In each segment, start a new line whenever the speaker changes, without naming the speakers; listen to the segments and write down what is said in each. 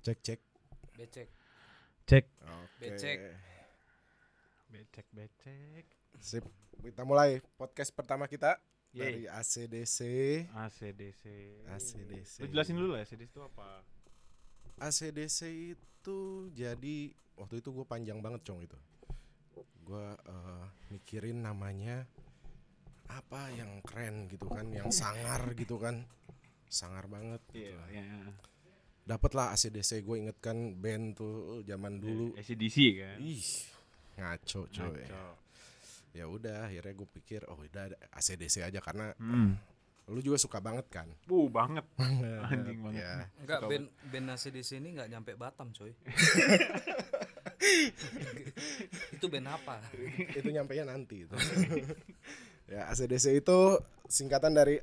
Cek cek.
Becek.
Cek.
Oke.
Becek.
Becek becek.
Sip. Kita mulai podcast pertama kita dari
Yeay.
ACDC.
ACDC.
ACDC.
Lu jelasin dulu lah ACDC itu apa?
ACDC itu jadi waktu itu gue panjang banget cong itu. Gue eh, mikirin namanya apa yang keren gitu kan, yang sangar gitu kan, sangar banget. Gitu lah.
Iya.
Dapatlah ACDC gue inget kan band tuh zaman dulu.
ACDC kan.
Ih ngaco coy.
Ngaco.
Ya udah akhirnya gue pikir oh udah ACDC aja karena
Hmm.
lu juga suka banget kan.
Uh, banget. Anjing banget.
Ya.
Enggak band band nasi di sini enggak nyampe Batam, coy. itu band apa?
itu nyampainya nanti itu. ya ACDC itu singkatan dari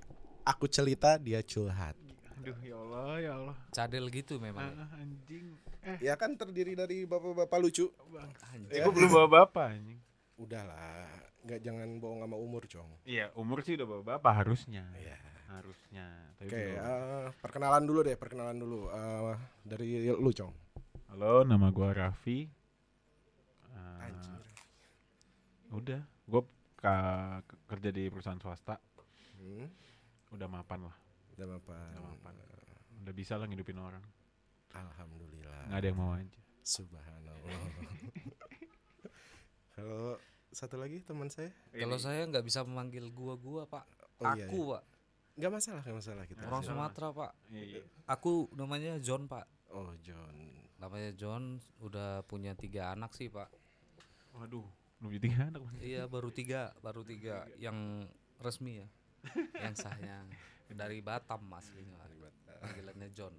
aku cerita dia curhat.
Aduh, ya Allah, ya Allah.
Cadel gitu
Iya.
memang.
Ah, anjing. Eh,
Ya kan terdiri dari bapak-bapak lucu.
bang.
Anjing.
Ya.
Gue Iya, belum bawa bapak anjing.
Udahlah, nggak jangan bohong sama umur, Cong.
Iya, umur sih udah bawa bapak harusnya.
Iya.
Harusnya. Tapi
Oke,
Iya, belum.
eh, perkenalan dulu deh, perkenalan dulu Eh, dari lu, Cong.
Halo, nama gua Raffi. Ah, udah, gue kerja di perusahaan swasta.
Hmm,
Udah mapan lah,
udah mapan.
udah mapan. Udah bisa lah ngidupin orang.
Alhamdulillah.
Nggak ada yang mau aja.
Subhanallah. Halo, satu lagi teman saya.
Kalau saya nggak bisa memanggil gua-gua, Pak.
Oh, iya,
aku, Pak.
Nggak masalah, nggak masalah kita.
Orang
Iya.
Sumatera, Pak.
Iya, iya.
Aku namanya John, Pak.
Oh, John.
Namanya John udah punya tiga anak sih, Pak.
Waduh, belum jadi anak. Bang.
Iya, baru tiga, baru tiga yang resmi ya. Yang sahnya dari Batam aslinya. Panggilannya John.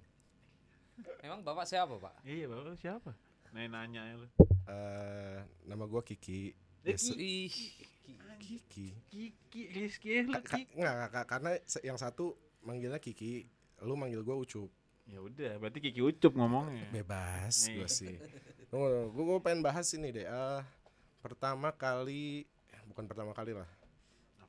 Emang Bapak siapa, Pak?
Iya, bapak lu siapa? Nanya-nanya ya lu.
Eh, nama gua Kiki.
Eh,
Yes,
Ih,
Kiki.
Kiki, Rizky, lu
Ka-
Kiki.
Nggak, nggak, karena se- yang satu manggilnya Kiki, lu manggil gua Ucup.
Ya udah, berarti Kiki ucup ngomongnya.
Bebas
Ya. Nih.
gua sih. Tunggu, gua, gua pengen bahas ini deh. Eh, pertama kali eh, bukan pertama kali lah.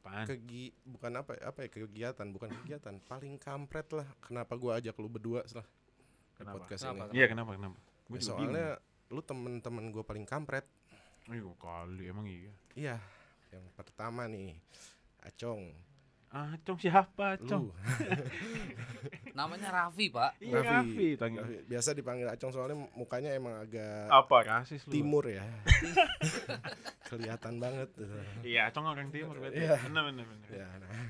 Apaan?
Kegi bukan apa ya- apa ya kegiatan, bukan kegiatan. Paling kampret lah. Kenapa gua ajak lu berdua lah ke
Kenapa?
podcast
Kenapa?
ini.
Iya, kenapa, kenapa? Gue
Ya,
juga
soalnya lu temen-temen gua paling kampret.
bingung. Ayo kali, emang iya.
Iya. Yang pertama nih Acong,
Ah, Cong siapa, Cong?
lu
namanya Raffi, Pak.
Iya, Raffi. Tanya.
Raffi. Biasa dipanggil Acong soalnya mukanya emang agak
Apa? Rasis Ah, lu.
timur ya. Kelihatan banget. gitu.
Iya, Cong orang timur berarti.
Iya.
Benar, benar, benar.
Ya, nah.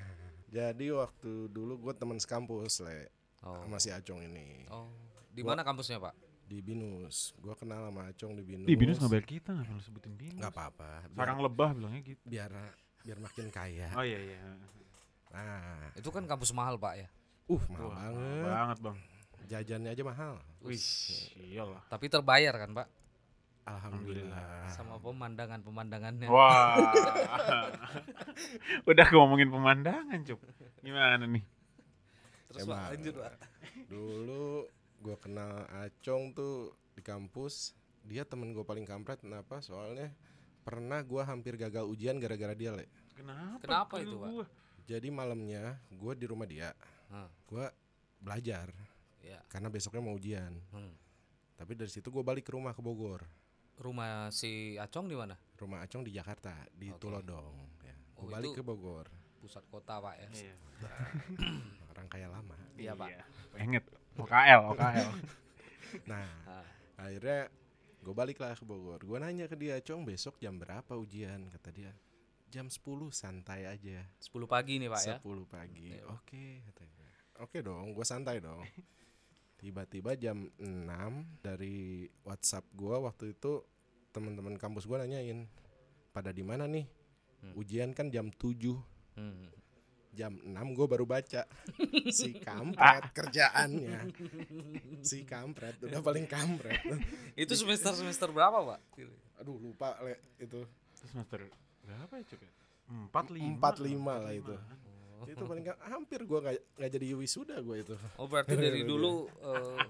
Jadi waktu dulu gue teman sekampus le
Oh.
sama si Acong ini
Oh, di mana kampusnya, Pak?
di Binus. Gue kenal sama Acong di Binus.
Di Binus nggak bayar kita, nggak perlu sebutin Binus.
Nggak apa-apa. Biar,
Sarang lebah bilangnya gitu.
biar biar makin kaya.
Oh iya iya.
Nah,
Itu kan kampus mahal, Pak ya.
uh mahal
Wah,
banget.
Banget bang.
Jajannya aja mahal.
Wih, iyalah.
Tapi terbayar kan, Pak,
Alhamdulillah.
sama pemandangan-pemandangannya.
Wah. Udah ngomongin pemandangan, Cuk. Gimana nih?
Terus Pak,
Emang.
lanjut, Pak.
Dulu gue kenal Acong tuh di kampus. Dia temen gue paling kampret. Kenapa? Soalnya pernah gue hampir gagal ujian gara-gara dia le.
Kenapa?
Kenapa
Kalau
itu, Pak?
gua?
Jadi malamnya gue di rumah dia,
Hah,
gue belajar
ya.
karena besoknya mau ujian.
Hmm.
Tapi dari situ gue balik ke rumah ke Bogor.
Rumah si Acong di mana?
Rumah Acong di Jakarta di
Oke.
Tulodong. Ya. Gua
Oh,
balik
itu-
ke Bogor.
Pusat kota, Pak ya.
Iya.
Orang kaya lama.
Iya, Pak.
Pengen. OKL, OKL.
Nah
Ah.
akhirnya gue baliklah ke Bogor. Gue nanya ke dia, Cong besok jam berapa ujian? Kata dia jam 10 santai aja.
10 pagi nih, Pak ya.
10 pagi.
Iya.
Oke kata gue. Oke dong, gue santai dong. Tiba-tiba jam 6 dari WhatsApp gue waktu itu teman-teman kampus gue nanyain pada di mana nih?
Hmm.
Ujian kan jam 7
Hmm.
jam 6 gue baru baca si kampret kerjaannya si kampret udah paling kampret
Itu semester-semester berapa, Pak?
aduh lupa le itu
Terus master berapa ya, Cuk? ya? Empat lima.
Empat lima lah itu.
45.
itu paling kam- hampir gue nggak nggak jadi wisuda gue itu
Oh, berarti dari dulu eh,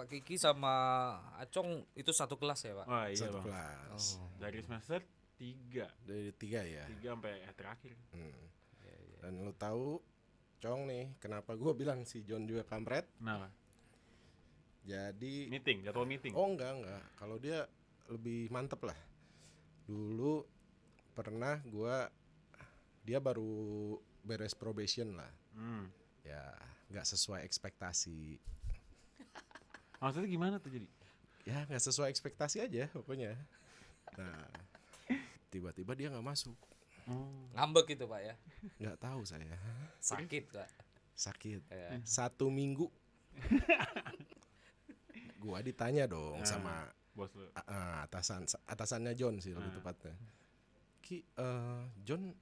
Pak Kiki sama Acong itu satu kelas ya, Pak?
Wah, iya,
satu
Bang.
kelas
Oh.
Dari semester tiga.
dari tiga ya
Tiga sampai eh, terakhir.
Hmm.
Iya, iya.
dan lu tahu cong nih kenapa gue bilang si John juga kampret
Kenapa?
Jadi
Meeting, jadwal meeting.
Oh enggak enggak, kalau dia lebih mantep lah. Dulu pernah gua dia baru beres probation lah.
Hmm.
Ya nggak sesuai ekspektasi.
Maksudnya gimana tuh jadi?
Ya nggak sesuai ekspektasi aja pokoknya. Nah tiba-tiba dia nggak masuk,
Oh.
ngambek gitu pak ya
nggak tahu saya
sakit pak
sakit.
ya.
Satu minggu. Gua ditanya dong
Ah.
sama
Bos lu.
A- ah, atasan atasannya John sih lebih
Ah.
tepatnya. Ki eh, John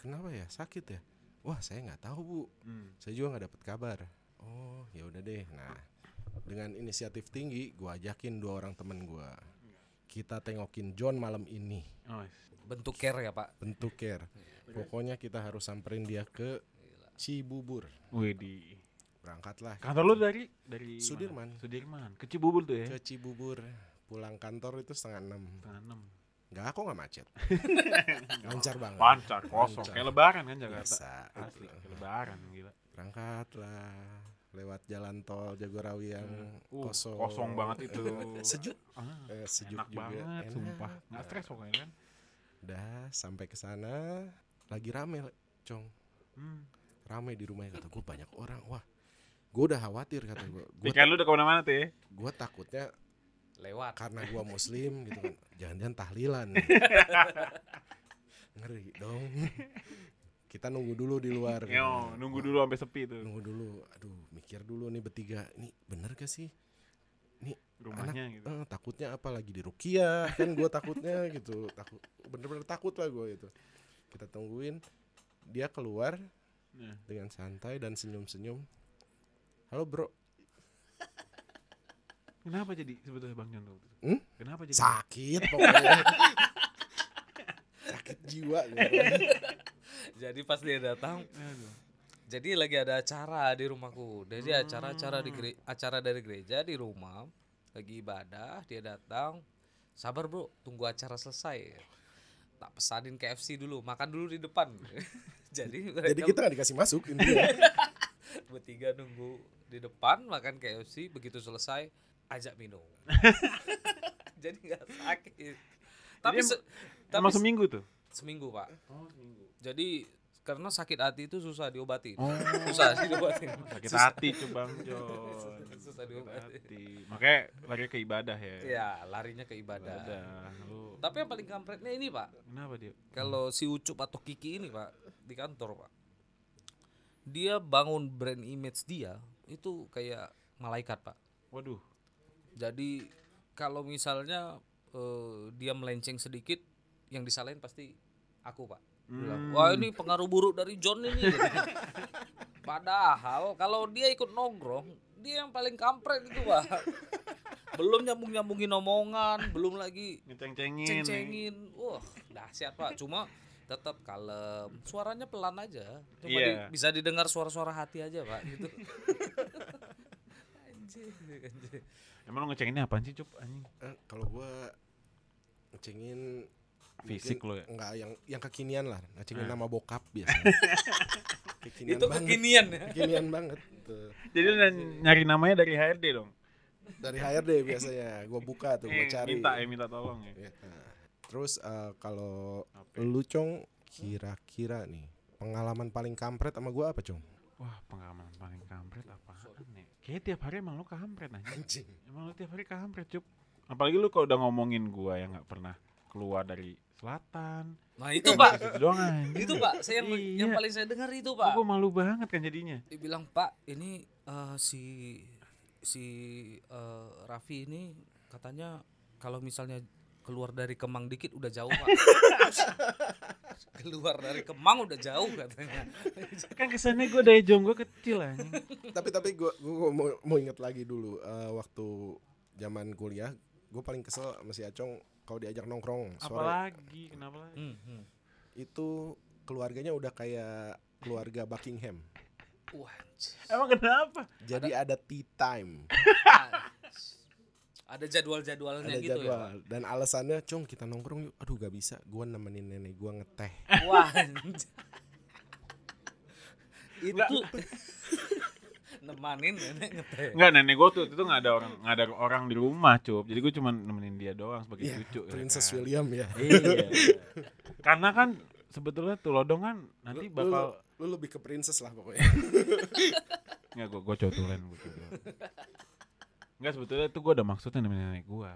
kenapa ya sakit ya? Wah saya nggak tahu bu,
Hmm.
saya juga nggak dapat kabar. Oh ya udah deh. Nah dengan inisiatif tinggi, gua ajakin dua orang temen gua. Kita tengokin John malam ini
Oh,
bentuk care ya pak
bentuk care.
Iya.
Pokoknya kita harus samperin dia ke Cibubur.
wih di
Berangkatlah
kantor lu dari dari mana?
Sudirman.
Sudirman. Ke Cibubur tuh ya.
ke Cibubur. Pulang kantor itu setengah enam.
Setengah enam.
Nggak, kok nggak macet. Lancar banget.
Pancar kosong.
Lancar.
Kayak lebaran kan Jakarta.
Biasa.
Asli,
gitu.
kayak lebaran gila.
berangkatlah lewat jalan tol Jagorawi yang
Uh,
kosong
kosong banget itu.
sejuk
Ah,
eh, sejuk
enak
juga
banget,
Enak.
sumpah. Nggak stres pokoknya kan.
dah sampai ke sana lagi rame Le, cong
Hmm.
rame di rumahnya kata gue banyak orang wah gue udah khawatir kata gue gue
Pikiran lu udah kemana-mana tuh ya.
takutnya
lewat
karena gue muslim gitu kan jangan-jangan tahlilan nih. ngeri dong kita nunggu dulu di luar
Yo, nunggu dulu sampai sepi tuh.
nunggu dulu aduh mikir dulu nih bertiga ini bener gak sih
Rumahnya gitu.
Eh, takutnya apa lagi di Rukia kan gue takutnya gitu takut bener-bener takut lah gue itu kita tungguin dia keluar
Nah.
dengan santai dan senyum-senyum halo bro
Kenapa jadi sebetulnya Bang John tuh?
Hmm?
Kenapa jadi?
sakit pokoknya sakit jiwa gitu.
jadi pas dia datang
Aduh.
jadi lagi ada acara di rumahku jadi
Hmm.
acara acara di gere- acara dari gereja di rumah lagi ibadah dia datang sabar bro tunggu acara selesai tak pesanin KFC dulu makan dulu di depan jadi mereka
jadi kita nggak dikasih masuk intinya
bertiga nunggu di depan makan KFC begitu selesai ajak minum jadi nggak sakit tapi
Jadi
se- tapi
Emang
se-
seminggu tuh?
seminggu pak
Oh seminggu.
jadi karena sakit hati itu susah diobatin
Oh.
susah sih diobatin
Sakit
Susah.
hati tuh Bang John.
Susah
Sakit
diobatin.
hati. Makanya lari ke ibadah ya.
ya larinya ke ibadah
Ibadah. Lu
tapi yang paling kampretnya ini pak
kenapa dia?
kalau si Ucup atau Kiki ini pak di kantor pak dia bangun brand image dia itu kayak malaikat pak
Waduh.
Jadi kalau misalnya eh, dia melenceng sedikit, yang disalahin pasti aku pak.
Hmm.
Bilang, Wah ini pengaruh buruk dari John ini. Padahal kalau dia ikut nongkrong, dia yang paling kampret itu pak. belum nyambung nyambungin omongan, belum lagi
Ngeceng-cengin. nih.
ceng-cengin. Wah dahsyat pak. Cuma tetap kalem, suaranya pelan aja. Cuma
Iya.
di- bisa didengar suara-suara hati aja pak. Gitu. Anjir, anjir.
Emang lu ngecenginnya apaan sih, Cup? Anjing.
Eh, kalau gue ngecengin
Fisik
mungkin
lu ya?
nggak yang yang kekinian lah ngecengin nama bokap biasanya kekinian
itu
banget.
kekinian ya
kekinian banget tuh.
Jadi lu nyari namanya dari HRD dong.
dari HRD biasanya gue buka tuh gue
Eh,
cari
Minta ya, minta tolong ya.
Ya. terus eh, kalau
Apa ya?
lu cong kira-kira nih pengalaman paling kampret sama gue apa cong
Wah, pengalaman paling kampret apaan ya? Kayaknya tiap hari emang lu kampret anjing.
anjing
Emang lu tiap hari kampret, Cup. Apalagi lu kalau udah ngomongin gua yang nggak pernah keluar dari selatan.
nah itu pak
Itu doang anjing.
itu pak saya yang, yang
Iya.
paling saya dengar itu
Gua
pak
gua malu banget kan jadinya.
dibilang pak ini eh, si si eh, Raffi ini katanya kalau misalnya keluar dari Kemang dikit udah jauh pak keluar dari Kemang udah jauh katanya
Kan kesannya gua dari jong gua kecil anjing.
tapi tapi gue mau, mau inget lagi dulu eh, waktu zaman kuliah gue paling kesel sama si Acong kalau diajak nongkrong sore
Apalagi kenapa lagi?
Hmm, hmm.
itu keluarganya udah kayak keluarga Buckingham
Wah, anjir.
Emang kenapa?
jadi ada tea time
ada jadwal-jadwalnya
ada
gitu ya pak
jadwal dan alasannya cong kita nongkrong yuk aduh gak bisa gue nemenin nenek gue ngeteh
Eh,
Wah. anjir. itu nemanin nenek ngeteh.
Enggak nenek gue tuh waktu itu nggak ada orang nggak ada orang di rumah cup. Jadi gue cuma nemenin dia doang sebagai
Iya,
cucu. ya
Princess
kan.
William ya.
Iya. Karena kan sebetulnya tulodong kan
Lu-
nanti bakal
lu, lu lebih ke princess lah pokoknya.
nggak gue gue cocolan gue coba. Enggak sebetulnya itu gue ada maksudnya nemenin nenek gue.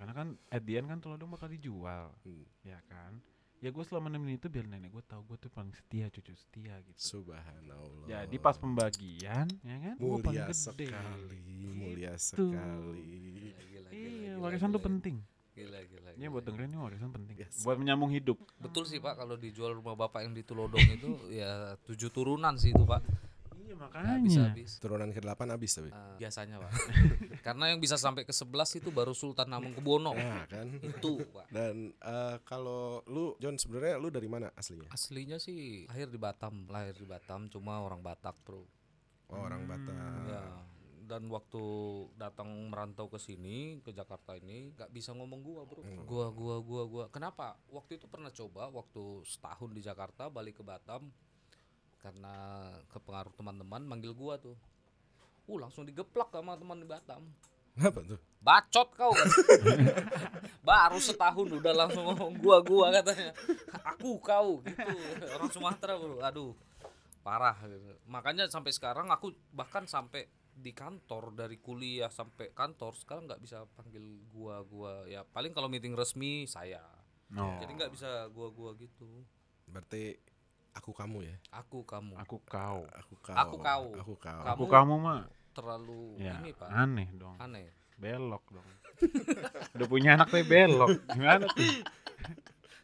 Karena kan at the end kan tulodong bakal dijual,
Hmm.
ya kan? Ya gue selama nemenin itu biar nenek gue tahu gue tuh paling setia cucu setia gitu.
Subhanallah.
Jadi pas pembagian, ya kan? gua paling
mulia
gede.
sekali, mulia
Gitu.
sekali.
Gila, gila,
Iya,
gila,
warisan
gila,
tuh penting.
Gila, gila,
Ini
gila.
Iya, buat dengerin nih warisan penting.
Yes.
Buat menyambung hidup.
Betul sih Pak, kalau dijual rumah Bapak yang di Tulodong itu ya tujuh turunan sih itu Pak.
Iya
Nggak
makanya.
habis-habis.
Turunan ke-8 habis tapi.
Eh, biasanya Pak. Karena yang bisa sampai ke 11 itu baru Sultan
Oh.
Hamengkubuwono.
Nah, kan.
Itu Pak.
Dan eh, kalau lu John sebenarnya lu dari mana aslinya?
Aslinya sih lahir di Batam, lahir di Batam cuma orang Batak, Bro.
Oh, orang
Hmm.
Batak.
Ya, dan waktu datang merantau ke sini ke Jakarta ini nggak bisa ngomong gua bro gua gua gua gua kenapa waktu itu pernah coba waktu setahun di Jakarta balik ke Batam karena kepengaruh teman-teman manggil gua tuh uh langsung digeplak sama teman di Batam
Kenapa tuh?
bacot kau kan? baru setahun udah langsung ngomong gua gua katanya aku kau gitu orang Sumatera bro aduh parah gitu. makanya sampai sekarang aku bahkan sampai di kantor dari kuliah sampai kantor sekarang nggak bisa panggil gua gua ya paling kalau meeting resmi saya
No.
jadi nggak bisa gua gua gitu
Berarti aku kamu ya.
aku kamu
Aku kau.
Aku kau.
Aku kau.
Aku kau.
Kamu-
Aku kamu mah
terlalu
ya
ini pak
aneh dong.
aneh
Belok dong. Udah punya anak tapi belok. Gimana tuh?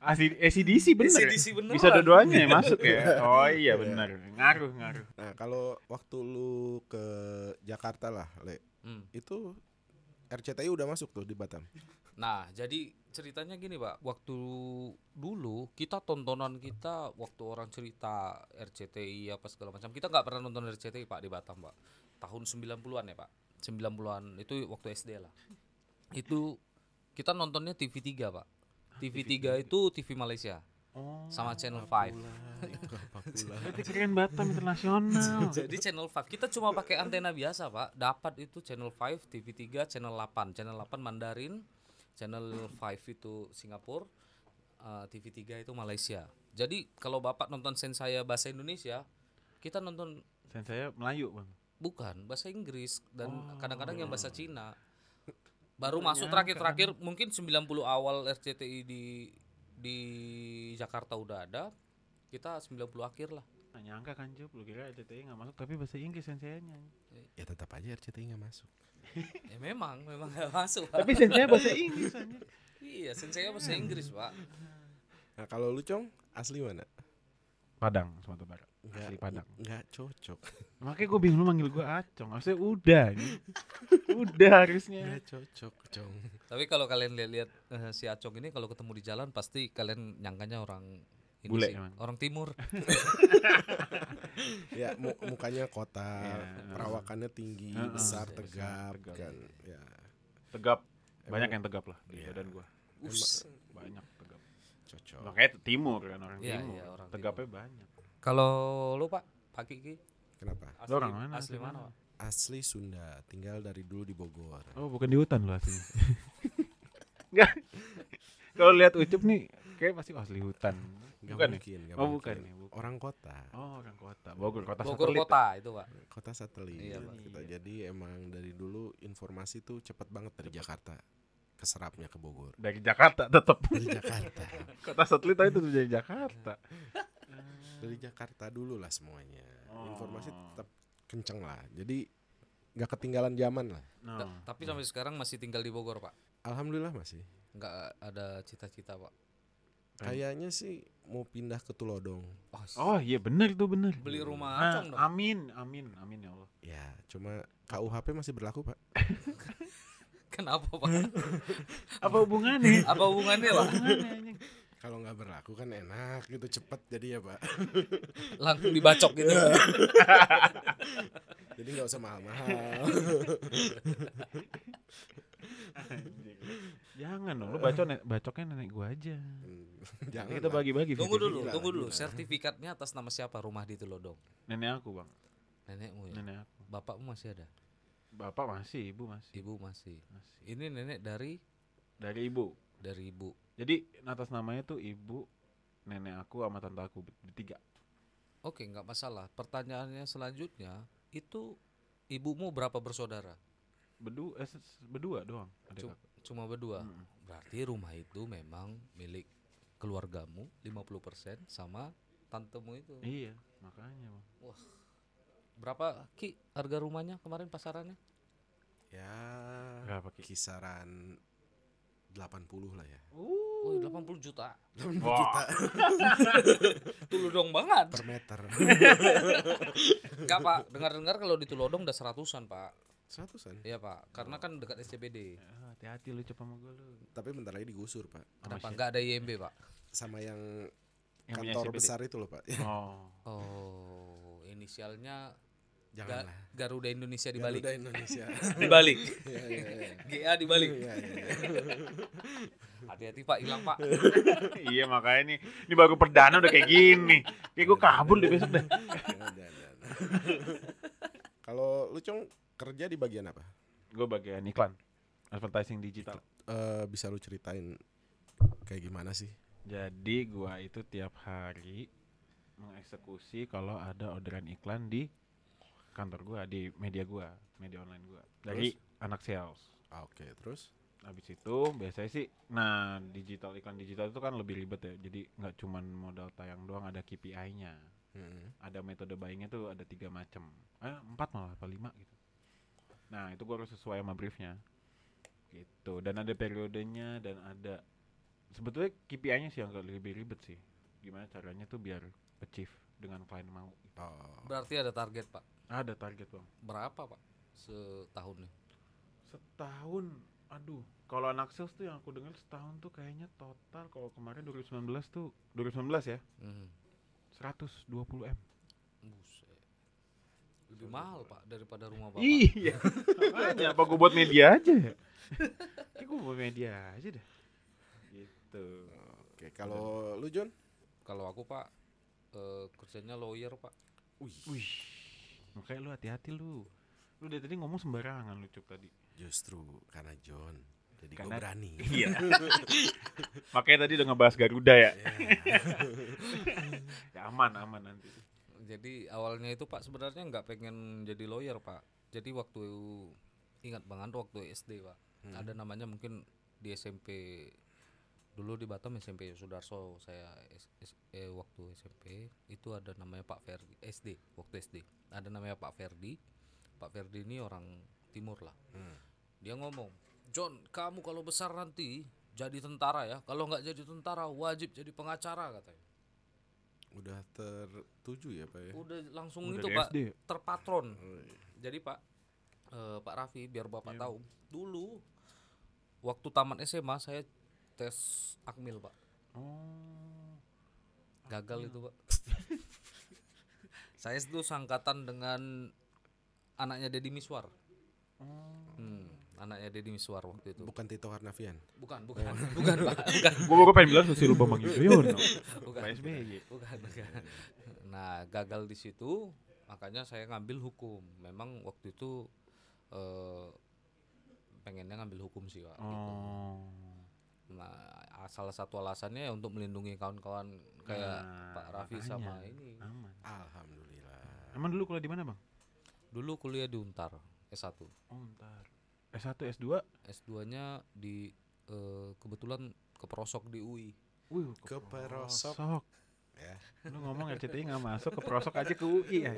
Asi, ACDC bener ya?
ACDC beneran.
Bisa dua-duanya ya masuk ya? Oh iya bener. Ngaruh, ngaruh.
Nah, kalau waktu lu ke Jakarta lah, Le.
Hmm.
Itu RCTI udah masuk tuh di Batam.
Nah, jadi ceritanya gini, Pak. Waktu dulu kita tontonan kita waktu orang cerita RCTI apa segala macam, kita nggak pernah nonton RCTI, Pak, di Batam, Pak. Tahun 90-an ya, Pak. 90-an itu waktu SD lah. Itu kita nontonnya TV3, Pak. TV3 itu TV Malaysia
Oh.
sama Channel 5.
Itu apa pula?
Berarti keren Batam internasional.
Jadi channel 5 kita cuma pakai antena biasa, Pak. Dapat itu channel 5, TV3, channel 8. Channel 8 Mandarin, channel 5 itu Singapura, eh, TV3 itu Malaysia. Jadi kalau Bapak nonton Sensaya bahasa Indonesia, kita nonton
Dan saya Melayu bang.
bukan bahasa Inggris dan kadang-kadang yang bahasa Cina. Baru masuk terakhir-terakhir mungkin 90 awal RCTI di di Jakarta udah ada. Kita 90 akhir lah.
Nggak nyangka kan Jup, lu kira RCTI nggak masuk tapi bahasa Inggris sensenya.
ya tetap aja RCTI nggak masuk.
Ya memang, memang gak masuk. Pak.
Tapi sensenya bahasa Inggris aja.
Iya, sensei bahasa Inggris, Pak.
Nah, kalau lu Cong asli mana?
Padang, Sumatera Barat.
Nggak-
Asli Padang.
Nggak cocok.
Makanya gue bingung lu manggil gue Acong. Harusnya udah ini. udah harusnya.
Nggak cocok, Cong.
Tapi kalau kalian lihat-lihat eh, si Acong ini kalau ketemu di jalan pasti kalian nyangkanya orang ini
Bule
sih,
emang.
orang timur.
ya mu- mukanya kota,
Iya.
perawakannya tinggi,
Heeh.
iya, besar,
Besar,
tegap,
tegap.
kan. Ya.
Tegap.
Banyak
Banyak yang tegap lah di
Iya.
badan gua.
Ups.
Banyak tegap.
Cocok.
Makanya itu timur kan orang
Oh. Iya,
timur.
iya, orang
Tegapnya banyak.
Kalau lu, Pak, Pak Kiki
Kenapa?
asli,
Lu orang mana?
asli mana, Pak?
Asli Sunda, tinggal dari dulu di Bogor.
Oh, bukan di hutan lu aslinya. Enggak. Kalau lihat Ucup nih, kayak pasti oh, asli hutan.
Nggak
bukan ya?
mungkin, nggak
Oh,
mungkin.
bukan ya, bukan.
Orang kota,
Oh, orang kota. Bogor kota
Bogor
satelit.
kota itu, Pak.
kota satelit.
Iya, Pak.
Kita jadi emang dari dulu informasi tuh cepet banget dari Jakarta keserapnya ke Bogor.
Dari Jakarta tetap.
Dari Jakarta,
Kota satelit tapi tetap dari Jakarta.
dari Jakarta dulu lah semuanya.
Iya.
Oh.
Informasi tetap kenceng lah. Jadi nggak ketinggalan zaman lah.
Ta-
Nah,
Tapi sampai sekarang masih tinggal di Bogor, Pak.
Alhamdulillah masih.
Nggak ada cita-cita, Pak.
Keren.
Kayaknya sih mau pindah ke Tulodong.
Oh, s-
Oh iya bener tuh bener
Beli rumah
Ah,
Acong dong.
Amin amin amin ya Allah
Ya, cuma KUHP masih berlaku, Pak.
Kenapa, Pak?
Apa hubungannya?
Apa hubungannya, Pak?
hubungannya anjing?
Kalau nggak berlaku kan enak gitu cepet jadi ya, Pak.
Langsung dibacok gitu.
Iya.
Jadi nggak usah mahal-mahal.
Anjing. Jangan dong lu bacok nenek, bacoknya nenek gua aja Nanti
Hmm. Jangan.
kita
lah.
bagi-bagi
tunggu
fifty-fifty.
dulu,
Gila,
tunggu dulu.
gila.
Sertifikatnya atas nama siapa rumah di Tulodong?
Nenek aku bang
Nenekmu ya.
Nenek aku
bapakmu masih ada
Bapak masih, ibu masih.
ibu masih
Masih.
ini nenek dari
Dari ibu.
dari ibu
Jadi atas namanya tuh ibu, nenek aku sama tante aku ber- bertiga.
oke nggak masalah pertanyaannya selanjutnya itu ibumu berapa bersaudara
Berdua eh, se- se- berdua doang. Adik
Cuk-
aku.
cuma berdua
Mm.
berarti rumah itu memang milik keluargamu 50% sama tantemu itu
Iya, makanya, Bang.
berapa ki harga rumahnya kemarin pasarannya
Hmm.
Ya
Berapa, Ki?
kisaran 80 lah ya.
oh 80 juta
80
Wah.
juta
tulodong banget
per meter.
Enggak pak dengar-dengar kalau ditulodong udah seratusan pak
Seratusan.
Iya pak karena kan dekat SCBD
Ah, Hati-hati lu cepat sama gue lu.
Tapi bentar lagi digusur, Pak.
Oh,
kenapa nggak ada IMB pak
Sama yang,
Yang punya
kantor
SCBD.
besar itu loh, Pak.
Oh.
oh inisialnya Ga-
Janganlah.
Garuda Indonesia di Bali
Garuda Indonesia.
di Bali
Iya, iya, iya.
GA di Bali
Iya, iya.
hati-hati pak hilang pak
iya makanya nih. Ini baru perdana udah kayak gini. Kayak gue kabur deh besok deh.
Jangan, jangan, jangan. Kalau lu Cong kerja di bagian apa?
Gue bagian iklan. Advertising digital.
Eh, bisa lu ceritain kayak gimana sih?
Jadi gua itu tiap hari mengeksekusi kalau ada orderan iklan di kantor gua, di media gua, media online gua. Dari anak sales.
Ah, Oke, terus
Habis itu biasanya sih nah digital iklan digital itu kan lebih ribet ya. Jadi nggak cuman modal tayang doang ada KPI-nya.
Mm-mm.
Ada metode buying-nya tuh ada tiga macam. Eh, empat malah apa lima gitu. Nah, itu gua harus sesuai sama briefnya. Gitu. Dan ada periodenya dan ada sebetulnya KPI-nya sih yang agak lebih ribet sih. Gimana caranya tuh biar achieve dengan klien mau.
Oh,
berarti ada target pak
Ada target, Bang.
berapa pak setahunnya
Setahun, aduh. Kalau anak sales tuh yang aku dengar setahun tuh kayaknya total kalau kemarin 2019 tuh 2019 ya,
Hmm.
120 M.
Buset. Lebih mahal pak daripada rumah bapak.
Iya. Makanya apa gue buat media aja ya? Kayak gue Ya buat media aja dah. Gitu.
Oke, kalau lu John?
Kalau aku pak eh, kerjanya lawyer pak.
Wih,
Wih. Makanya lu hati-hati lu. Lu dari tadi ngomong sembarangan lu Cuk tadi.
justru karena John jadi gue
Karena-
berani.
Iya. Makanya tadi udah ngebahas Garuda ya. ya aman aman nanti.
Jadi awalnya itu pak sebenarnya nggak pengen jadi lawyer pak. Jadi waktu ingat banget waktu SD pak. Ada namanya mungkin di SMP dulu di Batam SMP Sudarso saya S- S- eh, waktu SMP itu ada namanya Pak Ferdi SD waktu SD ada namanya Pak Ferdi Pak Ferdi ini orang timur lah
Hmm.
Dia ngomong, John, kamu kalau besar nanti jadi tentara ya. Kalau nggak jadi tentara, wajib jadi pengacara katanya.
Udah tertuju ya, Pak ya?
Udah langsung
Udah
itu
dari
pak,
SD ya?
terpatron.
Oh, iya.
Jadi pak, eh, Pak Raffi, biar bapak tahu, dulu waktu taman SMA saya tes akmil pak,
Oh.
gagal itu pak. saya itu sangkatan dengan anaknya Deddy Miswar.
Oh.
Hmm, anaknya Deddy Miswar waktu itu.
Bukan Tito Karnavian.
Bukan, bukan, bukan pak, bukan.
Gue gue pengen bilang Susilo Bambang Yudhoyono.
Bukan. Gitu.
Pak SBY.
bukan bukan. nah gagal di situ makanya saya ngambil hukum memang waktu itu eh, pengennya ngambil hukum sih pak gitu.
Oh.
nah a- salah satu alasannya ya untuk melindungi kawan-kawan kayak
Nah,
Pak Raffi
makanya.
sama ini
Aman.
Alhamdulillah.
Emang dulu kuliah di mana, Bang?
dulu kuliah di Untar S1
Oh, ntar. S1, S2.
S2 nya di eh, kebetulan keperosok di UI
Wih,
Keperosok.
keperosok.
Ya. Iya.
Lu ngomong RCTI nggak masuk ke perosok aja ke UI ya.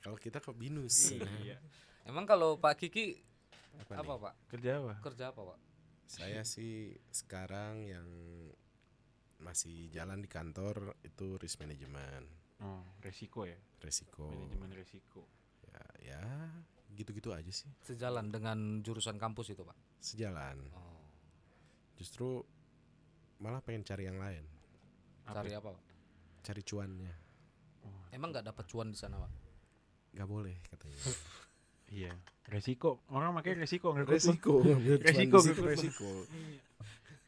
Kalau kita ke Binus. Nah,
iya.
emang kalau Pak Kiki
Apa
apa,
nih?
pak
Kerja apa?
kerja apa pak
Saya sih sekarang yang masih jalan di kantor itu risk management,
Oh, resiko ya.
resiko.
Manajemen resiko.
Ya, ya gitu-gitu aja sih.
sejalan dengan jurusan kampus itu pak
Sejalan.
oh,
Justru malah pengen cari yang lain,
Apa ya?
cari apa pak?
cari cuannya.
Oh,
emang nggak dapat cuan di sana pak
Gak boleh katanya.
Iya. Resiko. Orang makanya resiko ngerekrut lu.
resiko, ngambil cuan
Resiko,
di situ
gitu.
resiko.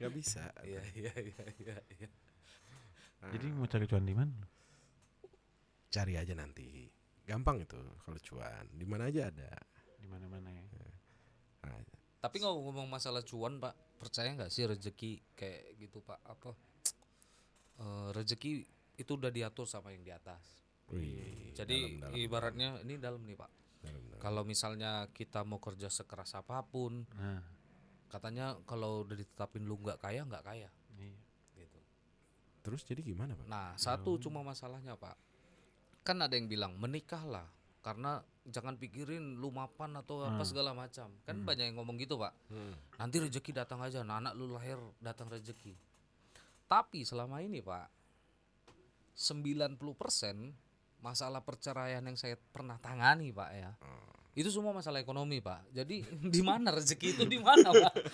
Gak bisa.
Iya iya iya iya. iya.
Nah,
Jadi mau cari cuan di mana?
cari aja nanti. gampang itu kalau cuan di mana aja ada
di mana mana ya
Iya. nah,
Tapi kalau ngomong masalah cuan, Pak, percaya nggak sih rezeki kayak gitu, Pak? Apa Eh, rezeki itu udah diatur sama yang di atas.
wih,
Jadi
dalam, dalam,
ibaratnya ini dalam nih, Pak.
dalam, dalam.
Kalau misalnya kita mau kerja sekeras apapun,
nah
katanya kalau udah ditetapin lu nggak kaya, nggak kaya
iya
gitu.
terus jadi gimana pak
Nah, satu cuma masalahnya, Pak. Kan ada yang bilang menikahlah karena jangan pikirin lu mapan atau
Hmm.
apa segala macam. Kan banyak yang ngomong gitu, Pak. Nanti rezeki datang aja, nah, anak lu lahir datang rezeki. Tapi selama ini, Pak, 90% masalah perceraian yang saya pernah tangani, Pak ya. Itu semua masalah ekonomi, Pak. Jadi di mana rezeki itu di mana, Pak?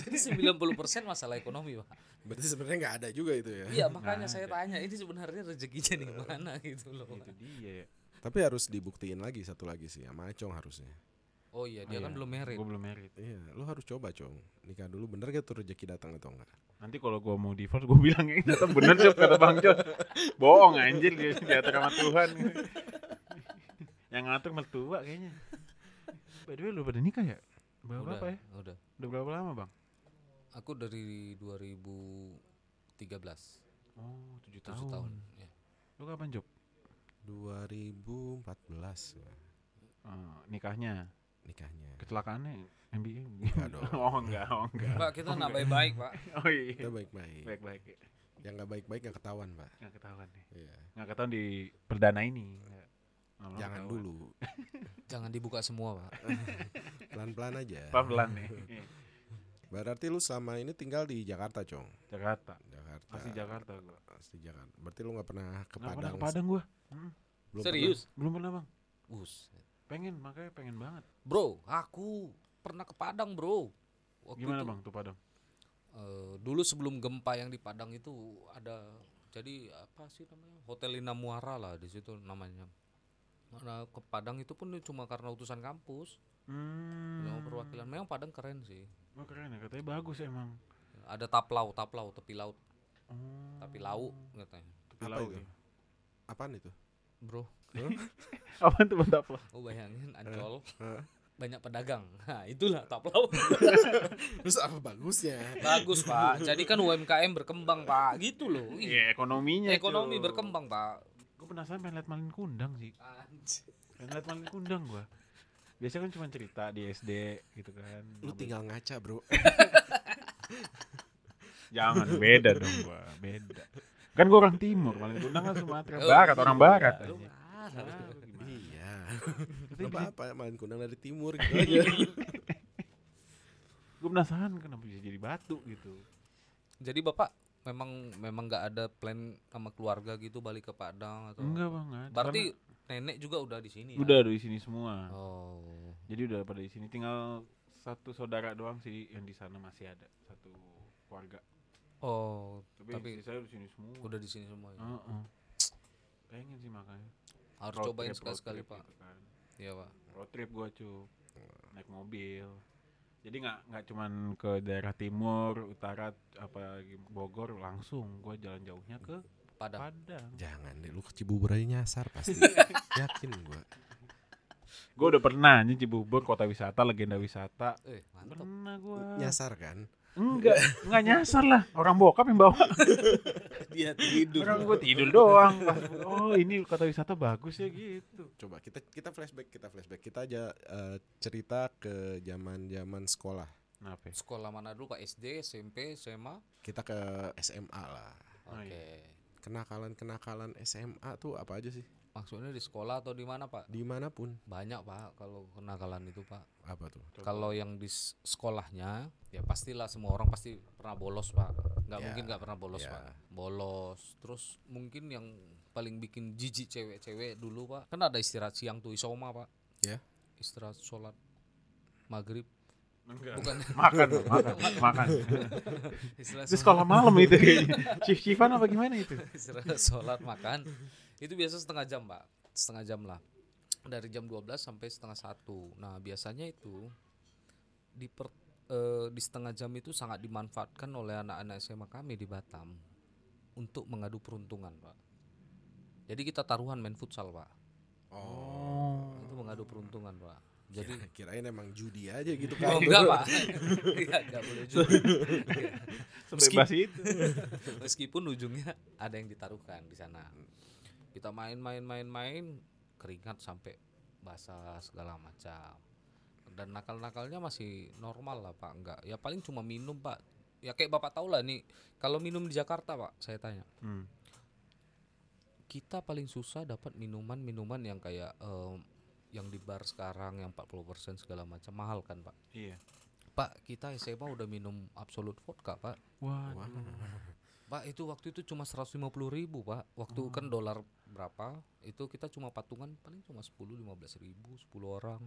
Jadi, jadi 90% masalah ekonomi, Pak.
berarti sebenarnya nggak ada juga itu ya
Iya makanya saya tanya ini sebenarnya rezekinya di mana gitu loh.
itu dia ya
tapi harus dibuktiin lagi satu lagi sih sama Acong harusnya
Oh iya dia kan belum merit.
gue belum married
iya lu harus coba Cong nikah dulu bener gak tuh rezeki datang atau enggak
nanti kalau gue mau divorce gue bilang ini datang bener sih kata bang Jos bohong anjir dia diatur sama Tuhan yang ngatur mertua kayaknya by the way lu pada nikah ya berapa
Udah,
apa ya
udah.
udah berapa lama bang
Aku dari 2013 7
oh tujuh
tahun. Ya.
lu kapan job
2014 ya,
Eh, nikahnya
nikahnya
kecelakaannya MBA
Enggak dong.
oh enggak oh enggak
Pak kita nak baik-baik Pak.
oh iya
kita baik-baik
baik baik
yang nggak baik-baik nggak ketahuan pak
nggak ketahuan nih
Iya.
nggak ketahuan di perdana ini Nggak. Lama-lama
jangan
ketahuan.
dulu
Jangan dibuka semua Pak.
pelan-pelan aja
pelan pelan nih Iya.
berarti lu selama ini tinggal di Jakarta Cong
Jakarta
Jakarta
masih Jakarta gua
Asli Jakarta berarti lu nggak pernah ke
nggak pernah
Padang
ke Padang gua Mm.
Belum
Serius?
belum pernah bang
Bus.
pengen makanya pengen banget
Bro, aku pernah ke Padang bro. Waktu
gimana
itu,
bang tuh Padang
eh, dulu sebelum gempa yang di Padang itu ada jadi apa sih namanya Hotel Lina Muara lah di situ namanya. Nah, ke Padang itu pun cuma karena utusan kampus.
hmm
Yang perwakilan memang Padang keren sih.
Wah, keren ya katanya bagus emang
Ada taplau, taplau tepi laut,
oh,
tapi lau katanya.
tepi
Apa
laut
itu?
ya.
pernah. apaan itu
Bro,
apa tuh bang taplau
oh bayangin Ancol banyak pedagang. Nah, itulah taplau.
terus apa bagusnya
Bagus, Pak. Jadi kan UMKM berkembang, Pak. Gitu loh. Ih,
Iya ekonominya
Ekonomi berkembang, Pak.
gue penasaran pengen liat malin kundang sih pengen liat malin kundang gua biasanya kan cuma cerita di SD gitu kan
lu
Apa-
tinggal ngaca bro
Jangan beda dong gua, beda. Kan gua orang timur, paling Kundang kan Sumatera
Oh,
Barat, orang
iya.
barat
Lu
anjing.
barat.
Ah, lu gimana?
iya
Tapi
apa
bisa-
apa main kundang dari timur gitu aja
Gua penasaran kenapa bisa jadi batu gitu.
Jadi Bapak memang memang nggak ada plan sama keluarga gitu balik ke Padang atau
Enggak, Bang. nggak ada.
Berarti nenek juga udah di sini
Karena
ya?
udah ada di sini semua.
Oh.
Jadi udah pada di sini tinggal satu saudara doang sih yang di sana masih ada satu keluarga.
Oh,
Tapi,
Tapi-
saya di sini semua.
udah di sini semua ya.
Heeh. Pengen sih makanya.
Harus
Road
cobain
trip, road
sekali-sekali,
trip
Pak.
gitu kan.
Iya, Pak.
road trip gue cu naik mobil jadi nggak nggak cuman ke daerah timur utara apa Bogor langsung gue jalan jauhnya ke
Padang.
Padang
jangan deh lu ke Cibubur aja nyasar pasti yakin gua
gue udah pernah nih Cibubur kota wisata legenda wisata
Eh, mantap.
pernah gue
nyasar kan
enggak enggak nyasar lah orang bokap yang bawa
Dia tidur.
orang gue tidur doang Pas, oh ini kota wisata bagus ya gitu
coba kita kita flashback kita flashback kita aja eh, cerita ke zaman zaman sekolah
kenapa ya?
Sekolah mana dulu, Pak? SD, SMP, SMA?
kita ke SMA lah
Oke.
iya.
kenakalan kenakalan SMA tuh apa aja sih
Maksudnya di sekolah atau di mana, Pak?
dimanapun
Banyak, Pak, kalau kenakalan itu, Pak.
apa tuh
Coba.
Kalau yang di s- sekolahnya, ya pastilah semua orang pasti pernah bolos, Pak. Nggak
Ya,
mungkin nggak pernah bolos,
ya.
Pak. Bolos. Terus mungkin yang paling bikin jijik cewek-cewek dulu, Pak. Kan ada istirahat siang tuh isoma, Pak.
Ya.
Istirahat sholat maghrib.
Enggak.
Bukan.
makan makan makan
istirahat
itu
sholat-
sekolah malam itu kayaknya cif cifan apa gimana itu
istirahat sholat makan itu biasa setengah jam pak setengah jam lah dari jam 12 sampai setengah satu nah biasanya itu di per, eh, di setengah jam itu sangat dimanfaatkan oleh anak-anak SMA kami di Batam untuk mengadu peruntungan pak jadi kita taruhan main futsal pak
Oh.
Itu mengadu peruntungan, Pak. Jadi
kirain emang judi aja gitu kan.
Oh, enggak, Pak. Iya, enggak boleh juga. Iya.
Sebebas itu.
Meskipun ujungnya ada yang ditaruhkan di sana. Kita main-main main-main keringat sampai basah segala macam. Dan nakal-nakalnya masih normal lah, Pak. Enggak. Ya paling cuma minum, Pak. Ya kayak Bapak tahu lah nih, kalau minum di Jakarta, Pak, saya tanya.
Hmm.
kita paling susah dapat minuman-minuman yang kayak em, yang di bar sekarang yang 40% segala macam mahal kan pak
Iya.
pak kita SMA udah minum absolut vodka pak
Wah.
pak itu waktu itu cuma 150 ribu pak waktu kan dolar berapa itu kita cuma patungan paling cuma 10-15 ribu 10 orang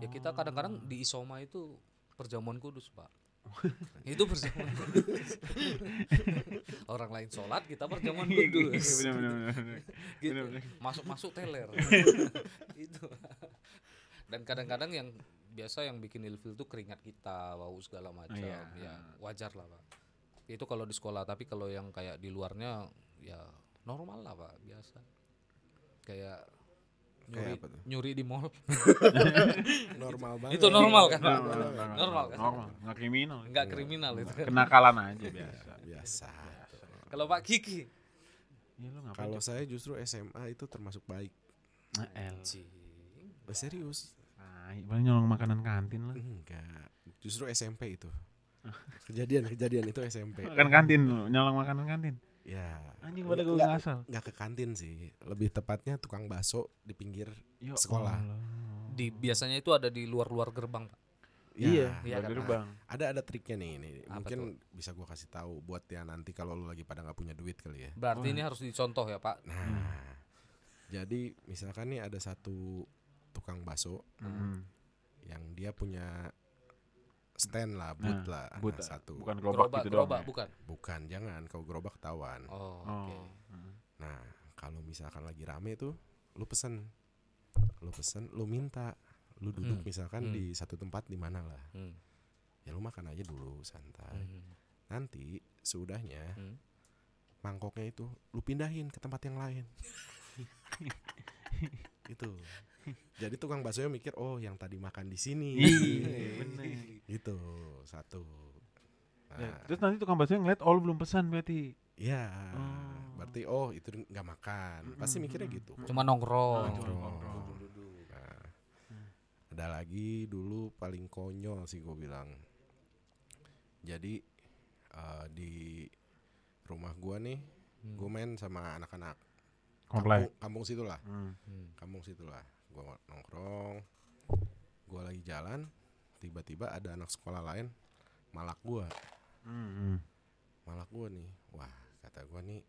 ya kita kadang-kadang di Isoma itu perjamuan kudus pak itu perjamuan kudus orang lain sholat kita
Iya,
perjamuan kudus
Benar benar benar.
gitu.
Bener, bener.
masuk-masuk teler itu dan kadang-kadang yang biasa yang bikin ilfil tuh keringat kita bau segala macam
Iya.
ya wajar lah pak itu kalau di sekolah tapi kalau yang kayak di luarnya ya normal lah pak biasa kayak nyuri,
apa tuh?
nyuri di mall
Normal banget.
itu normal kan pak
Normal,
Normal kan?
Normal. Nggak kriminal. itu.
Iya.
nggak kriminal itu kan
Kenakalan aja biasa.
Biasa.
kalau pak Kiki
Ya lu ngapain?
Kalau saya justru SMA itu termasuk baik.
Nah, el.
Eh, Serius?
Tai, paling nyolong makanan kantin lah.
Enggak. Justru SMP itu. Kejadian-kejadian itu SMP.
Makan kantin lu, nyolong makanan kantin.
Ya.
Anjing pada gue
Nggak-
ngasal.
nggak ke kantin sih lebih tepatnya tukang bakso di pinggir
Ya
Sekolah.
Allah.
di biasanya itu ada di luar-luar gerbang pak
Ya,
Iya,
Iya,
dari
kan,
lubang.
ada ada triknya nih ini
Apa
mungkin bisa gua kasih tahu buat ya nanti kalau lu lagi pada nggak punya duit kali ya
berarti
Oh.
ini harus dicontoh ya pak
nah jadi misalkan nih ada satu tukang bakso
Hmm.
yang dia punya stand lah booth lah ada
But,
satu
bukan gerobak
gerobak
gitu doang.
gerobak
ya?
bukan
bukan jangan kau gerobak tawan
oh,
Oh.
oke
Hmm.
nah kalau misalkan lagi rame tuh lu pesen lu pesen lu minta lu duduk
Hmm.
misalkan
Hmm.
di satu tempat di mana lah
Hmm.
ya lu makan aja dulu santai
Hmm.
nanti sudahnya
Hmm.
mangkoknya itu lu pindahin ke tempat yang lain itu jadi tukang baksonya mikir oh yang tadi makan di sini
Iya, bener.
gitu satu
Ya,
nah,
terus nanti tukang bakso ngeliat, oh lu belum pesan berarti.
ya
Oh.
berarti oh itu nggak makan pasti mikirnya gitu kok.
Cuma nongkrong.
Nongkrong.
Duduk-duduk.
Nah, ada lagi dulu paling konyol sih gue bilang. Jadi eh, di rumah gua nih, gue main sama anak-anak
Mm. Komplek.
kampung, kampung situ lah,
Hmm.
Hmm.
kampung situ lah. Gue nongkrong, gue lagi jalan, tiba-tiba ada anak sekolah lain malak gua
Hmm, hmm.
malak gua nih. Wah kata gua nih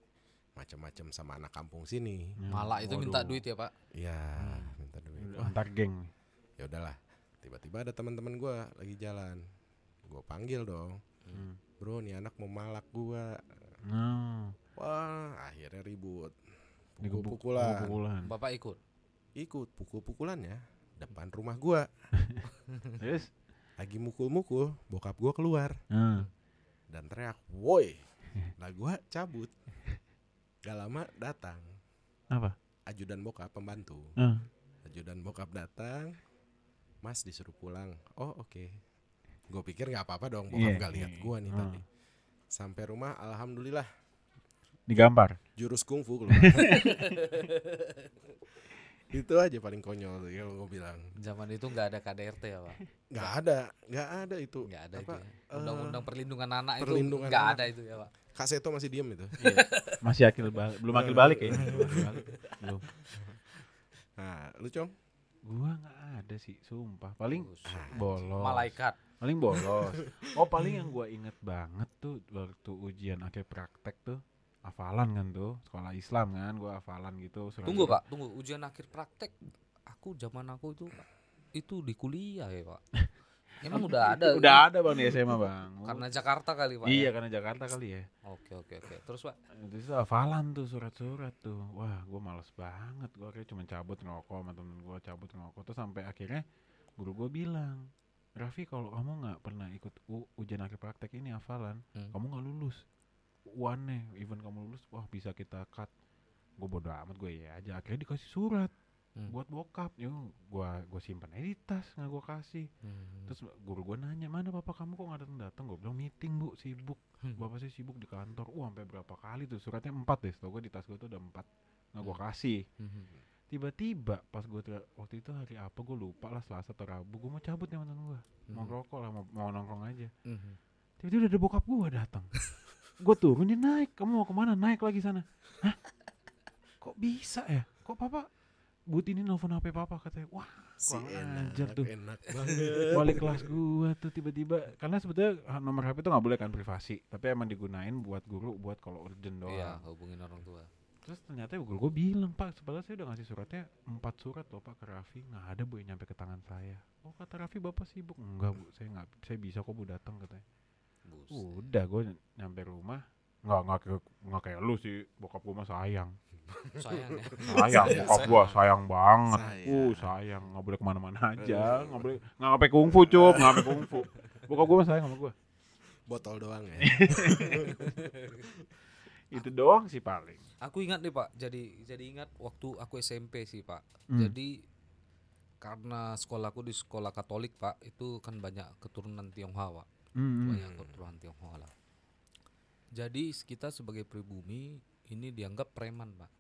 macam-macam sama anak kampung sini.
Hmm.
Malah itu minta
Waduh.
duit ya pak.
Ya minta duit.
Hmm. Udah
Wah
Antar Oh, geng.
ya udahlah tiba-tiba ada teman-teman gua lagi jalan gue panggil dong
Hmm.
bro nih anak mau malak gua
Nah,
wah akhirnya ribut
digebuk-
pukul-pukulan
pukulan.
Bapak ikut.
ikut pukul-pukulannya depan rumah gua
Terus,
lagi mukul-mukul bokap gua keluar
nah,
dan teriak woi nah gua cabut gak lama datang
apa?
ajudan bokap pembantu
Nah,
ajudan bokap datang mas disuruh pulang oh oke gue pikir nggak apa-apa dong bokap
Iya.
nggak lihat gue nih
Ah.
Hmm.
tadi sampai rumah alhamdulillah
digambar.
jurus kungfu keluar itu aja paling konyol yang gue bilang
Zaman itu nggak ada KDRT ya pak.
nggak ada nggak ada itu
Nggak ada itu.
apa
ya. Undang-undang perlindungan anak itu
perlindungan
nggak
anak.
ada itu ya pak.
kak Seto masih diem itu
Iya.
Masih akil balik, belum akil balik ya? Belum. akil balik. Belum.
nah lu cong
Gua nggak ada sih, sumpah. Paling
Buset.
bolos.
Malaikat.
Paling bolos. Oh, paling yang gua inget banget tuh waktu ujian akhir praktek tuh. Hafalan kan tuh, sekolah Islam kan, gua hafalan gitu. surat-
Tunggu pak, tunggu ujian akhir praktek. Aku zaman aku itu Pak, itu di kuliah ya pak. Emang udah ada.
Oh, Udah ada bang di SMA bang.
Karena Jakarta kali pak.
iya
ya?
karena Jakarta kali ya.
Oke oke oke. Terus pak.
Terus hafalan ah, tuh surat-surat tuh. Wah, gue males banget. Gue akhirnya cuma cabut ngerokok sama temen gue cabut ngerokok. Terus sampai akhirnya guru gue bilang, Raffi kalau kamu nggak pernah ikut u- ujian akhir praktek ini hafalan,
Hmm.
kamu nggak lulus. One even kamu lulus, wah bisa kita cut. Gue bodo amat gue ya aja. Akhirnya iya dikasih surat.
Hmm.
buat bokap yuk gua gua simpan aja di tas nggak gua kasih
Hmm.
terus guru gua nanya mana papa kamu kok nggak datang datang gua bilang meeting bu sibuk
Hmm.
bapak saya sibuk di kantor uh sampai berapa kali tuh suratnya empat deh setahu gua di tas gua tuh ada empat nggak gua kasih
Hmm,
tiba-tiba pas gue waktu itu hari apa gue lupa lah selasa atau rabu gue mau cabut nih sama temen gue
hmm.
mau ngerokok lah mau, mau nongkrong aja tiba-tiba udah ada bokap gue datang gue turun dia naik kamu mau kemana naik lagi sana Hah? kok bisa ya kok papa but ini nelfon hp papa katanya wah
Si
Kurang
enak,
ajar tuh.
enak banget.
wali kelas gue tuh tiba-tiba karena sebetulnya ah, nomor hp itu nggak boleh kan privasi tapi emang digunain buat guru buat kalau urgent doang
Iya, hubungin orang tua.
Terus ternyata guru gue bilang Pak sebenarnya saya udah ngasih suratnya empat surat loh Pak ke Raffi nggak ada bu yang nyampe ke tangan saya. Oh kata Raffi bapak sibuk enggak bu saya nggak saya bisa kok bu datang katanya.
Bus.
Udah gue nyampe rumah nggak nggak kayak nggak kayak lu sih bokap gue mah sayang
Sayang ya.
sayang
Sayang,
bokap gue sayang banget
Sayang.
uh sayang nggak boleh kemana-mana aja nggak boleh nggak sampai kungfu cup nggak sampai kungfu bokap gue mah sayang sama gue
Botol doang ya.
itu doang sih paling
Aku ingat nih Pak, jadi jadi ingat waktu aku SMP sih Pak.
Hmm.
Jadi karena sekolahku di sekolah Katolik Pak, itu kan banyak keturunan Tionghoa Pak.
Hmm.
Banyak keturunan Tionghoa lah. Jadi kita sebagai pribumi ini dianggap preman Pak.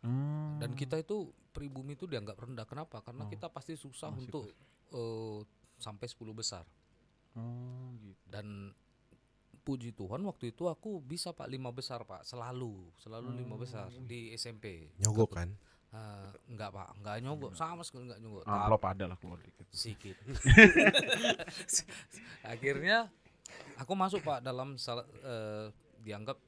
Hmm.
Dan kita itu pribumi itu dianggap rendah. Kenapa? Karena
Oh.
kita pasti susah
Masih
untuk eh, sampai 10 besar.
Oh, gitu.
Dan puji Tuhan waktu itu aku bisa Pak lima besar Pak, selalu selalu lima
Oh.
besar di SMP.
Nyogok kan?
Eh, enggak pak, enggak nyogok, sama sekali enggak nyogok. Tapi
amplop ada lah keluar dikit
sedikit. Akhirnya aku masuk pak dalam salah- eh, dianggap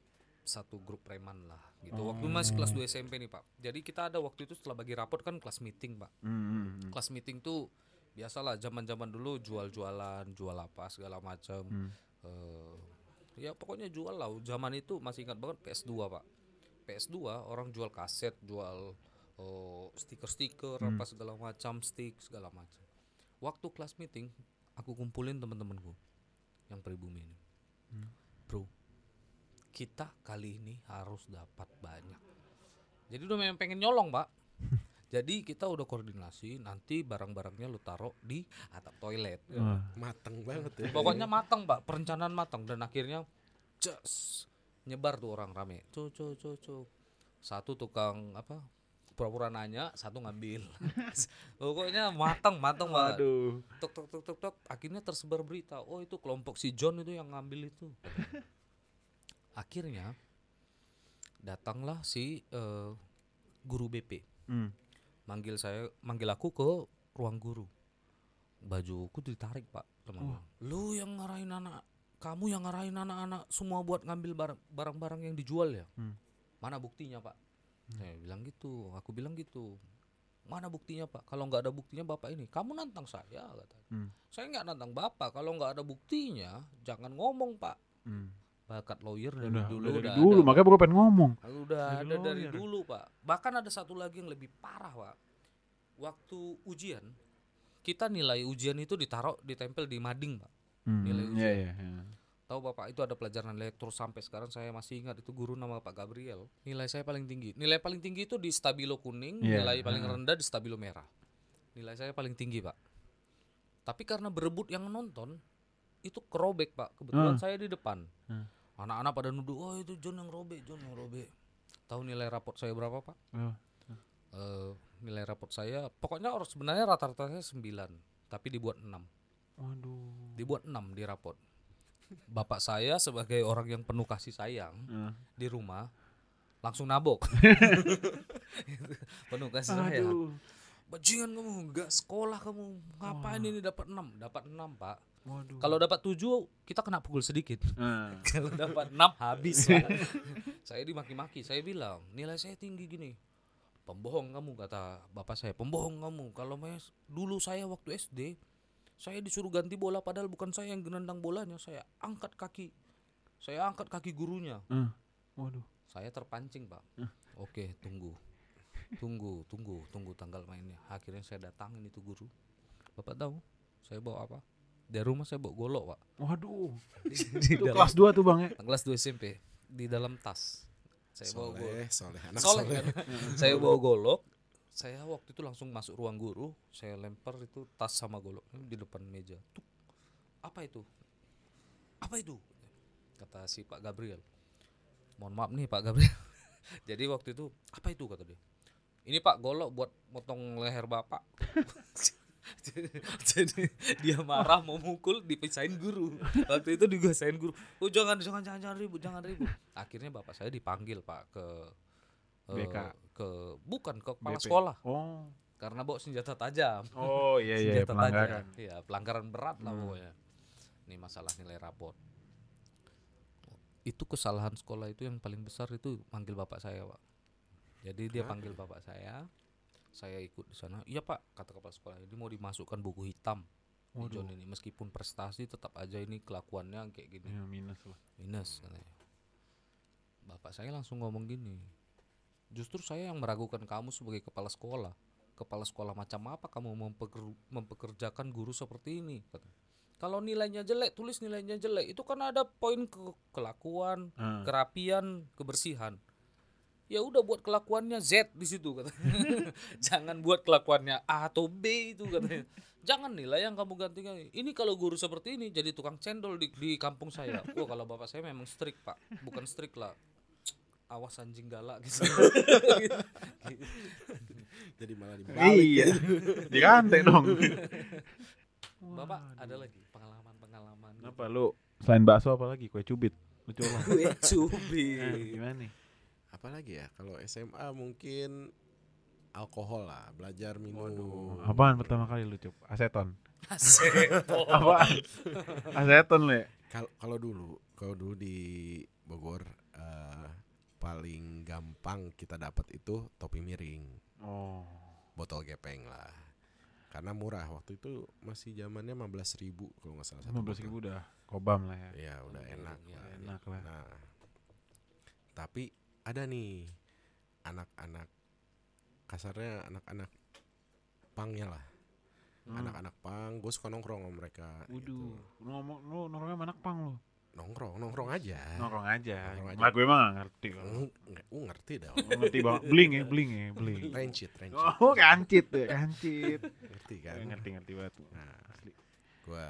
satu grup preman lah gitu. Waktu masih kelas 2 SMP nih pak. Jadi kita ada waktu itu setelah bagi raport kan kelas meeting pak.
Hmm.
Kelas meeting tuh biasalah zaman-zaman dulu jual-jualan, jual apa segala macam. Eh, ya pokoknya jual lah. Zaman itu masih ingat banget PS2 pak. PS2 orang jual kaset, jual eh, stiker-stiker apa segala macam, stick segala macam. Waktu kelas meeting, aku kumpulin temen-temenku yang pribumi ini. Bro, kita kali ini harus dapat banyak. Jadi udah memang pengen nyolong pak. Jadi kita udah koordinasi, nanti barang-barangnya lu taruh di atap toilet.
Wah.
Mateng banget ya.
Pokoknya matang, Pak. Perencanaan matang dan akhirnya jas nyebar tuh orang rame. Cu cu cu cu. Satu tukang apa? pura-pura nanya, satu ngambil. Pokoknya matang, matang Pak.
Aduh.
Tok tok tok tok tok. Akhirnya tersebar berita. Oh, itu kelompok si John itu yang ngambil itu. Akhirnya datanglah si eh, guru BP.
Hmm.
manggil saya manggil aku ke ruang guru bajuku ditarik pak sama
Oh.
orang. lu yang ngarahin anak kamu yang ngarahin anak-anak semua buat ngambil barang- barang-barang yang dijual ya
Hmm.
mana buktinya pak saya bilang gitu aku bilang gitu mana buktinya pak kalau nggak ada buktinya bapak ini kamu nantang saya kata
Hmm.
saya nggak nantang bapak kalau nggak ada buktinya jangan ngomong pak bakat lawyer dari
Hmm. Udah,
dulu
udah dari
udah
dulu,
ada,
makanya gue pengen ngomong.
Lalu udah
Dari
ada dari
lawyer.
dulu pak. Bahkan ada satu lagi yang lebih parah pak. Waktu ujian kita nilai ujian itu ditaruh ditempel di mading pak. Nilai
Iya,
ujian.
iya, iya.
Tahu bapak itu ada pelajaran elektro sampai sekarang saya masih ingat itu guru nama Pak Gabriel. Nilai saya paling tinggi. Nilai paling tinggi itu di stabilo kuning.
Iya,
Nilai paling
heeh.
rendah di stabilo merah. Nilai saya paling tinggi pak. Tapi karena berebut yang nonton itu kerobek pak. Kebetulan
Heeh.
saya di depan.
Heeh.
Anak-anak pada nuduh, oh itu John yang robek, John yang robek. Tahu nilai raport saya berapa pak?
Oh,
eh nilai raport saya pokoknya orang sebenarnya rata-ratanya 9 tapi dibuat 6
Waduh.
dibuat 6 di raport bapak saya sebagai orang yang penuh kasih sayang
Ah.
di rumah langsung nabok penuh kasih sayang
Aduh.
bajingan kamu nggak sekolah kamu ngapain ini dapat 6 dapat 6 pak
Waduh.
kalau dapat 7 kita kena pukul sedikit
Ah.
kalau dapat 6 habis Pak. saya dimaki-maki saya bilang nilai saya tinggi gini pembohong kamu kata bapak saya pembohong kamu kalau mes dulu saya waktu SD saya disuruh ganti bola padahal bukan saya yang nendang bolanya saya angkat kaki saya angkat kaki gurunya
Ah. Waduh.
saya terpancing pak oke tunggu tunggu tunggu tunggu tanggal mainnya akhirnya saya datangin itu guru bapak tahu saya bawa apa dari rumah saya bawa golok pak
Waduh.
Di- di
Itu
dalam-
kelas 2 tuh, Bang ya.
kelas 2 SMP di dalam tas saya bawa golok
Soleh, soleh, anak
soleh
Ah.
soleh.
kan saya bawa golok saya waktu itu langsung masuk ruang guru saya lempar itu tas sama goloknya di depan meja Tuk. apa itu apa itu kata si Pak Gabriel mohon maaf nih Pak Gabriel jadi waktu itu apa itu kata dia ini Pak golok buat motong leher bapak jadi dia marah mau mukul dipisahin guru waktu itu digasain guru oh jangan jangan jangan jangan ribut jangan ribut akhirnya bapak saya dipanggil pak ke eh,
BK.
ke bukan ke kepala
BP.
sekolah
Oh.
karena bawa senjata tajam
Oh iya iya
senjata
pelanggaran.
tajam. Iya, pelanggaran berat lah
Hmm.
pokoknya. Ini masalah nilai rapor. Itu kesalahan sekolah itu yang paling besar itu manggil bapak saya, Pak. Jadi dia panggil bapak saya. Saya ikut di sana. Iya, Pak, kata kepala sekolah. Jadi mau dimasukkan buku hitam. Di
Waduh.
John ini meskipun prestasi tetap aja ini kelakuannya kayak gini.
Ya, minus lah.
Minus katanya. Bapak saya langsung ngomong gini. Justru saya yang meragukan kamu sebagai kepala sekolah. Kepala sekolah macam apa kamu mempeker- mempekerjakan guru seperti ini? katanya. Kalau nilainya jelek, tulis nilainya jelek. Itu kan ada poin ke- kelakuan,
Ah.
kerapian, kebersihan. Ya udah buat kelakuannya Z di situ katanya. Jangan buat kelakuannya A atau B itu katanya. Jangan nilai yang kamu gantikan. Ini kalau guru seperti ini jadi tukang cendol di, di kampung saya. Wah, kalau bapak saya memang strict, Pak. Bukan strict lah. Awas anjing galak gitu.
Jadi malah dibalik.
Iya. Di rantai dong.
bapak ada lagi pengalaman-pengalaman.
Kenapa lu selain bakso apa lagi? Kue cubit. Lu colong.
Gue cubi.
Eh, gimana nih?
Apalagi ya kalau SMA mungkin alkohol lah, belajar minum.
Waduh, apaan pertama kali lu cup? Aseton.
Aseto.
Apaan? Aseton lu ya?
Kal- kalau dulu, kalau dulu di Bogor eh, paling gampang kita dapat itu topi miring,
Oh.
botol gepeng lah. Karena murah waktu itu masih zamannya 15.000 kalau nggak salah satu
15
botol.
ribu udah kobam lah ya.
Iya, udah
Topi
enak
miring,
lah.
ya,
Enak lah.
Nah, tapi ada nih anak-anak kasarnya anak-anak pangnya lah, anak-anak pang. Gue suka nongkrong sama mereka.
Hmm. Waduh,
gitu.
Hmm. lu ngomong lu nongkrongnya sama anak pang lu.
Nongkrong, nongkrong aja.
Nongkrong aja.
Nongkrong aja. Hmm.
Lah gue emang gak ngerti. lu.
Eng- nggak- Gue ngerti dah.
Lu Ngerti banget. Bling ya, bling ya, bling.
Rencit, rencit.
Oh, kancit tuh, kancit.
Ngerti kan?
Gue ngerti ngerti banget.
Nah,
Asli.
gue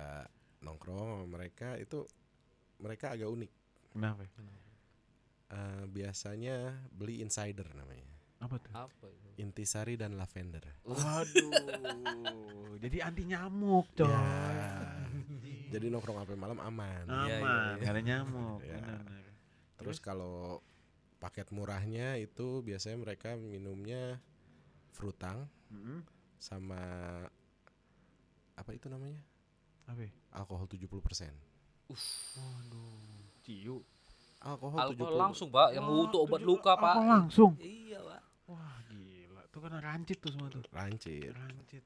nongkrong sama mereka itu mereka agak unik.
Kenapa? ya?
Eh, biasanya beli insider namanya.
Apa tuh?
Apa itu?
Intisari dan lavender.
Waduh, jadi anti nyamuk, coy.
Ya. Jadi nongkrong sampai malam aman.
Aman,
Iya, iya, iya.
gak ada nyamuk.
Iya.
benar-benar.
Terus kalau paket murahnya itu biasanya mereka minumnya frutang
Mm-mm.
sama apa itu namanya?
Apa? ya?
Alkohol 70%.
Waduh, ciu. Oh,
Alkohol,
Alkohol
70%.
langsung, Pak, yang
Wah,
untuk obat
Oh, tujuh-
luka, Pak.
alkohol langsung.
Iya, Pak.
Wah, gila. Tuh kan rancit tuh semua tuh. Iya,
Rancir.
Rancit.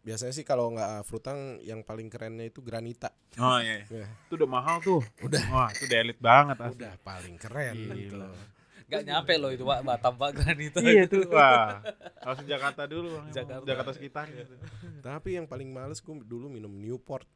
Biasanya sih kalau nggak frutang yang paling kerennya itu granita.
Oh iya.
Ya.
Itu udah mahal tuh. Udah. Wah, itu udah elit banget asli.
Udah paling keren
Ah.
Gitu itu.
Gila.
Gak nyampe loh itu Pak Batam Pak Granita.
Iya tuh. Wah. Harus Jakarta dulu, Bang.
Jakarta. Iya.
Jakarta, Jakarta sekitar gitu.
Tapi yang paling males gue dulu minum Newport.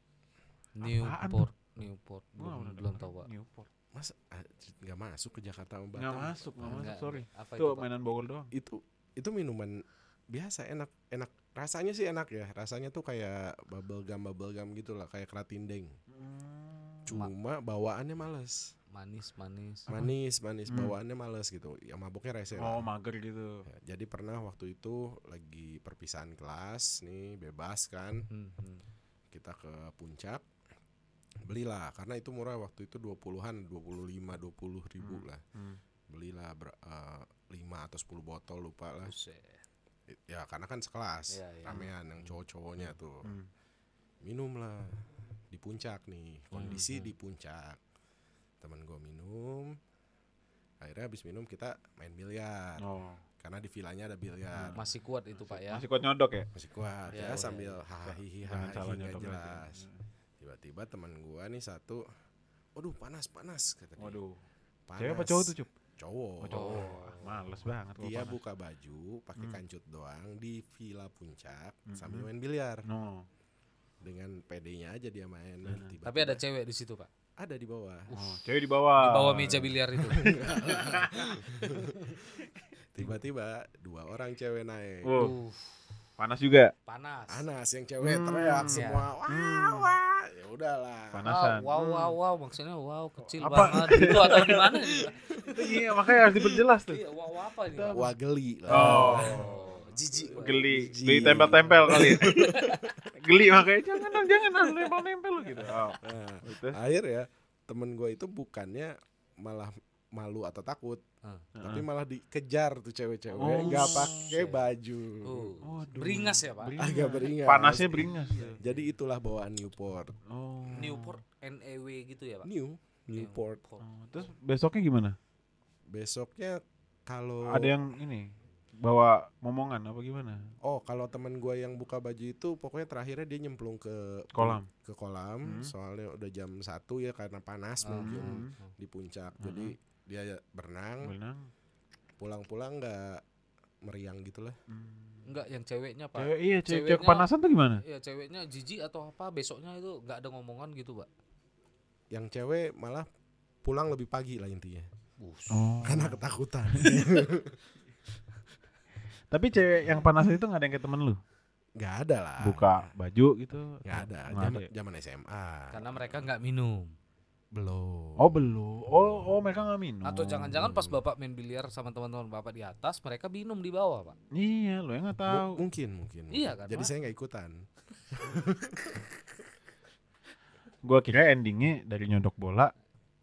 Newport, Newport
Wah,
belum
udah
belum
denger.
tahu Pak.
Newport.
Mas ah, nggak masuk ke Jakarta sama
Enggak
Batam.
masuk, enggak masuk,
Enggak,
sorry.
Apa itu, Pak?
Itu mainan bogol doang.
Itu itu minuman biasa enak enak rasanya sih enak ya rasanya tuh kayak bubble gum bubble gum gitu lah kayak keratindeng
Ma-
cuma bawaannya males
Manis manis.
manis manis
Hmm.
bawaannya males gitu ya maboknya rese lah.
Oh, mager gitu.
Ya, jadi pernah waktu itu lagi perpisahan kelas nih bebas kan
Hmm, hmm.
kita ke puncak belilah karena itu murah waktu itu 20-an 25 20 ribu lah
Hmm.
belilah ber, eh, 5 atau 10 botol lupa lah
Buset.
ya karena kan sekelas
Iya, iya.
ramean yang cowok-cowoknya tuh
Hmm.
minum lah di puncak nih kondisi
hmm.
di puncak temen gue minum akhirnya habis minum kita main biliar
Oh.
karena di vilanya ada
Hmm.
biliar
Masih kuat itu Pak ya.
Masih kuat nyodok ya?
masih kuat
Iya,
ya
iya,
sambil hahaha
Jangan salah
nggak
nyodok Hmm. lagi.
jelas tiba-tiba teman gua nih satu waduh panas panas kata dia
Waduh.
panas
Cewek apa cowok tuh, Cup?
cowok
Oh, Iya, cowok.
Oh.
Males banget gua
dia
panas.
buka baju pakai
Hmm.
kancut doang di villa puncak
Mhm.
sambil main biliar
No.
dengan PD-nya aja dia main
Benar.
Tiba-tiba
Tapi ada cewek di situ Pak.
ada di
Uh.
bawah
Ah. Oh, cewek di bawah.
Di bawah meja biliar itu.
tiba-tiba dua orang cewek naik
Uh,
Wow. Panas juga.
panas.
Anas yang cewek
Hmm,
teriak
ya.
semua wah wah ya udahlah
Panas.
Wow,
Panasan.
wow, wow, wow, maksudnya wow kecil
Apa?
banget itu atau gimana nih? Pak?
Iya, makanya harus diperjelas
Iya, wow apa nih? Pak?
wah geli lah
Oh.
Oh, jijik. Pak.
Geli,
Jijik.
geli tempel-tempel kali. geli makanya jangan dong, jangan dong, nempel-nempel lu gitu. Oh.
Nah,
Terus,
akhirnya temen gue itu bukannya malah malu atau takut
Ah.
tapi malah dikejar tuh cewek-cewek
Oh,
nggak pakai
shit.
baju
Oh,
Waduh.
beringas ya pak.
Beringas.
agak beringas
panasnya beringas.
jadi itulah bawaan Newport
iya. Oh.
Newport NEW gitu ya pak.
New Newport
Oh, Terus besoknya gimana?
besoknya kalau
Ada yang ini bawa momongan apa gimana?
oh kalau temen gue yang buka baju itu pokoknya terakhirnya dia nyemplung ke
Kolam.
ke kolam
Hmm.
soalnya udah jam satu ya karena panas
Ah.
mungkin
Hmm.
di puncak
Hmm.
jadi dia berenang
Berenang.
pulang-pulang nggak meriang gitu lah
Hmm.
Enggak, yang ceweknya pak.
Cewek iya, cewek,
Ceweknya-
cewek kepanasan tuh gimana?
Ya ceweknya jijik atau apa besoknya itu nggak ada ngomongan gitu pak.
yang cewek malah pulang lebih pagi lah intinya
Bus.
Oh.
karena ketakutan
Tapi cewek yang panasan itu nggak ada yang kayak temen lu?
nggak ada lah
Buka baju gitu?
nggak ada
Nggak
zaman
ada.
zaman SMA
ya? Karena mereka nggak minum.
belum
Oh belum. Oh oh mereka nggak minum.
Atau jangan-jangan pas bapak main biliar sama teman-teman bapak di atas mereka minum di bawah pak.
Iya lo yang nggak
Mu-
tahu.
mungkin mungkin
Iya kan,
jadi
Mak?
saya nggak ikutan
Gua kira endingnya dari nyodok bola.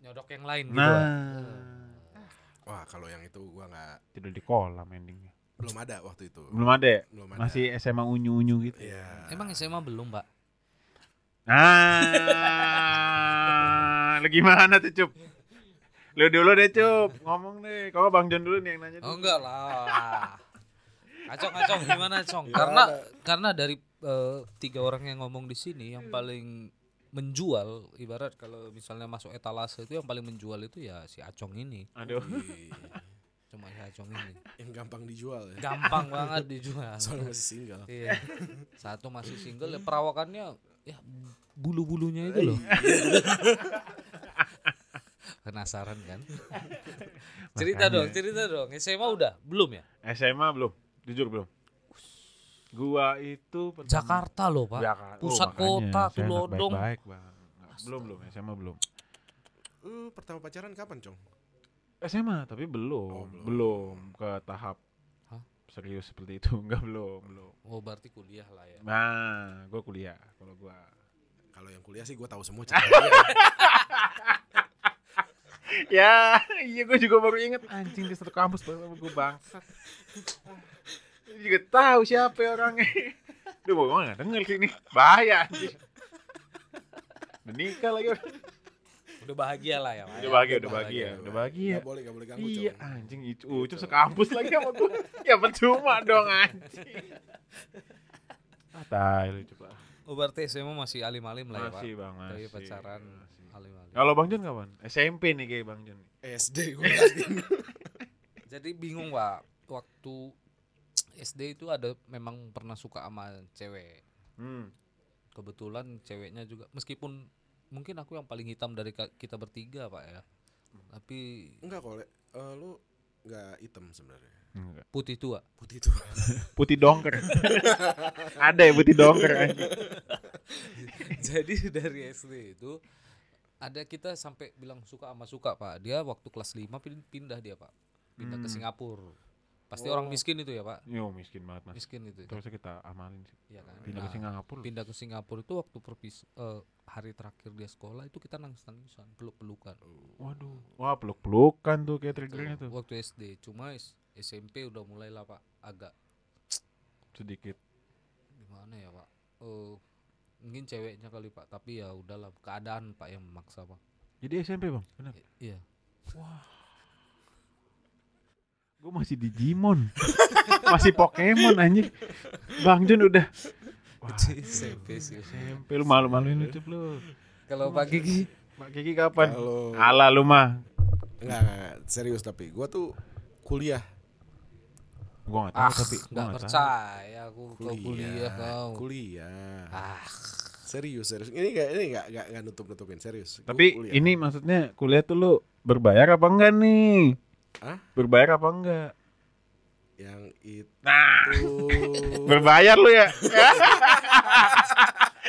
Nyodok yang lain gitu.
nah
Pak.
wah kalau yang itu gua nggak
tidur di kolam endingnya.
belum ada waktu itu
Belum ada. ya?
Belum ada
Masih SMA unyu unyu gitu.
Iya.
Emang ya? SMA belum pak?
Ah, lu gimana tuh cup? Lu dulu deh cup, ngomong deh. Kalau Bang John dulu nih yang nanya.
Oh
dulu.
enggak lah. Kacau kacau gimana Cong? Karena karena dari eh, tiga orang yang ngomong di sini yang paling menjual ibarat kalau misalnya masuk etalase itu yang paling menjual itu ya si Acong ini.
Aduh.
Ih,
Cuma si Acong ini.
Iya. yang gampang dijual ya
Gampang banget dijual.
soalnya masih single
Iya. Satu masih single ya perawakannya ya bulu-bulunya itu loh. Penasaran kan? cerita
Makanya. Hmm.
dong, cerita dong. SMA udah? Belum ya?
SMA belum, jujur belum. Gua itu pertama-
Jakarta loh, Pak.
Jakarta. Oh,
Pusat
makanya,
kota,
saya anak
Tulodong.
Baik-baik, Bang. Nggak, Belum belum, SMA belum.
Lu Uh, pertama pacaran kapan cong
SMA tapi belum,
Oh, belum.
belum, ke tahap
Hah?
serius seperti itu. Enggak belum, belum.
Oh, berarti kuliah lah ya.
Nah, gua kuliah kalau gua.
kalau yang kuliah sih gua tahu semua ceritanya.
ya, iya gua juga baru inget anjing di satu kampus baru sama gua bangsat. Dia juga tahu siapa ya orangnya. Duh, gua nggak denger sih ini. Bahaya anjing. Menikah lagi.
Udah bahagia lah ya, Pak.
Udah bahagia, udah
Iya, bahagia,
bahagia, udah bahagia.
Nggak boleh nggak boleh ganggu
Iya
cong
anjing itu ucup sekampus lagi sama gua. Ya percuma dong anjing. Ah, tai lu coba.
Oh, berarti SMA masih alim-alim lah ya, Pak.
Masih Bang,
Tapi
masih.
pacaran
masih.
alim-alim.
Kalau Bang Jun kapan? SMP nih kayak Bang Jun.
SD gua pasti.
Jadi bingung, Pak. Waktu SD itu ada memang pernah suka sama cewek.
Hmm.
Kebetulan ceweknya juga meskipun mungkin aku yang paling hitam dari ka- kita bertiga, Pak ya. Tapi
enggak kok Le. Eh, lu nggak hitam sebenarnya
Enggak.
putih tua.
putih tuh
Putih dongker. Ada ya putih dongker anjing.
Jadi dari SD itu ada kita sampai bilang suka sama suka pak. Dia waktu kelas 5 pin- pindah dia pak, pindah ke
Hmm.
Singapura. Pasti orang miskin itu ya pak,
Yo miskin banget Mas.
miskin itu.
Terus kita amalin sih.
Iya kan.
Pindah
Nah,
ke Singapura.
pindah ke Singapura itu waktu perpis eh, hari terakhir dia sekolah itu kita nangis nangisan peluk pelukan.
Waduh. Wah, peluk-pelukan tuh kayak triggernya tuh.
Waktu SD cuma S- SMP udah mulailah pak agak
Sedikit.
gimana ya pak. Eh, mungkin ceweknya kali pak tapi ya udahlah keadaan pak yang memaksa pak.
Jadi SMP, Bang. Benar.
I- iya.
Gue masih Digimon. masih Pokemon anjing. Bang Jun udah. Wah,
SMP sih.
SMP lu malu-maluin lu Cup, lu.
Kalau pagi Ki,
Mbak Kiki kapan?
kalau
Ala lu mah.
Enggak, enggak, enggak. serius tapi gua tuh kuliah
Gua enggak tahu
Ah,
tapi gua
nggak
nggak tahu.
percaya aku kau kuliah kau.
kuliah
Ah,
serius serius ini enggak ini enggak enggak, enggak nutup nutupin serius Gua
Tapi
kuliah.
ini maksudnya kuliah tuh lu berbayar apa enggak nih?
Hah?
Berbayar apa enggak?
yang itu
Nah, berbayar lu ya.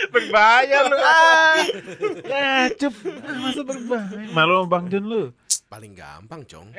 berbayar lu. Ah. Ah, cup. Masa berbayar. Malu sama Bang Jun lu.
paling gampang, Cong.